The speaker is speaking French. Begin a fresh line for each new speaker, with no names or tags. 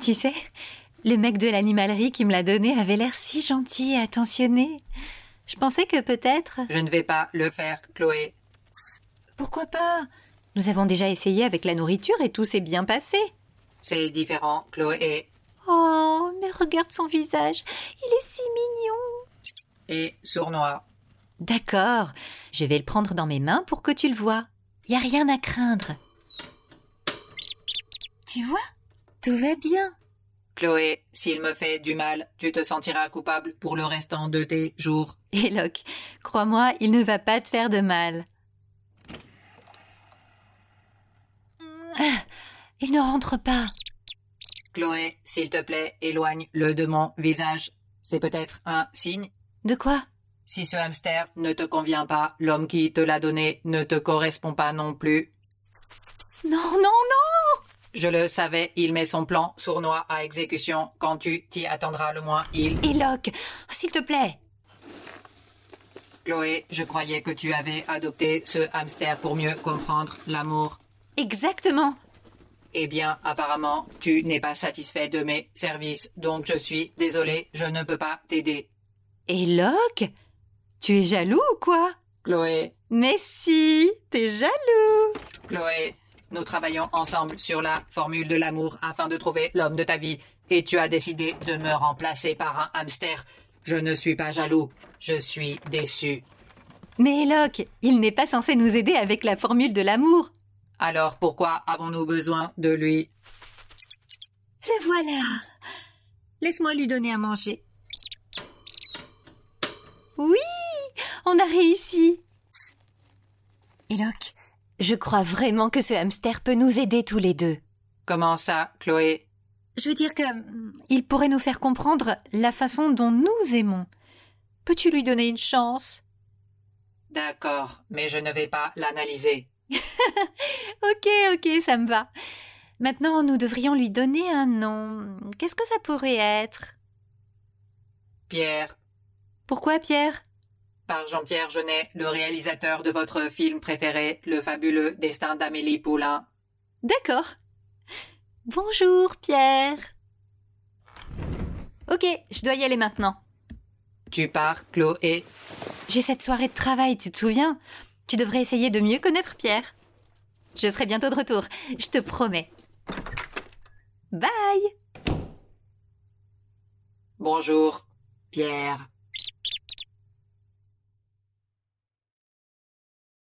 Tu sais, le mec de l'animalerie qui me l'a donné avait l'air si gentil et attentionné. Je pensais que peut-être.
Je ne vais pas le faire, Chloé.
Pourquoi pas Nous avons déjà essayé avec la nourriture et tout s'est bien passé.
C'est différent, Chloé.
Oh, mais regarde son visage. Il est si mignon.
Et sournois.
D'accord. Je vais le prendre dans mes mains pour que tu le vois. Y a rien à craindre. Tu vois Tout va bien.
Chloé, s'il me fait du mal, tu te sentiras coupable pour le restant de tes jours.
Et Locke, crois-moi, il ne va pas te faire de mal. Ah, il ne rentre pas.
Chloé, s'il te plaît, éloigne-le de mon visage. C'est peut-être un signe.
De quoi
Si ce hamster ne te convient pas, l'homme qui te l'a donné ne te correspond pas non plus.
Non, non, non
Je le savais, il met son plan sournois à exécution. Quand tu t'y attendras le moins, il...
Et Locke, s'il te plaît.
Chloé, je croyais que tu avais adopté ce hamster pour mieux comprendre l'amour.
Exactement.
Eh bien, apparemment, tu n'es pas satisfait de mes services, donc je suis désolé, je ne peux pas t'aider.
Et Locke Tu es jaloux ou quoi
Chloé,
Mais si, t'es jaloux.
Chloé, nous travaillons ensemble sur la formule de l'amour afin de trouver l'homme de ta vie, et tu as décidé de me remplacer par un hamster. Je ne suis pas jaloux, je suis déçu.
Mais Locke, il n'est pas censé nous aider avec la formule de l'amour.
Alors pourquoi avons-nous besoin de lui
Le Ben voilà. Laisse-moi lui donner à manger. Oui, on a réussi. Eloque, je crois vraiment que ce hamster peut nous aider tous les deux.
Comment ça, Chloé
Je veux dire que hum, il pourrait nous faire comprendre la façon dont nous aimons. Peux-tu lui donner une chance
D'accord, mais je ne vais pas l'analyser.
Ok, ok, ça me va. Maintenant, nous devrions lui donner un nom. Qu'est-ce que ça pourrait être
Pierre,
Pourquoi Pierre
par Jean-Pierre Jeunet, le réalisateur de votre film préféré, Le fabuleux destin d'Amélie Poulain.
D'accord. Bonjour, Pierre. Ok, je dois y aller maintenant.
Tu pars, Chloé.
J'ai cette soirée de travail, tu te souviens Tu devrais essayer de mieux connaître Pierre. Je serai bientôt de retour, je te promets. Bye
Bonjour, Pierre.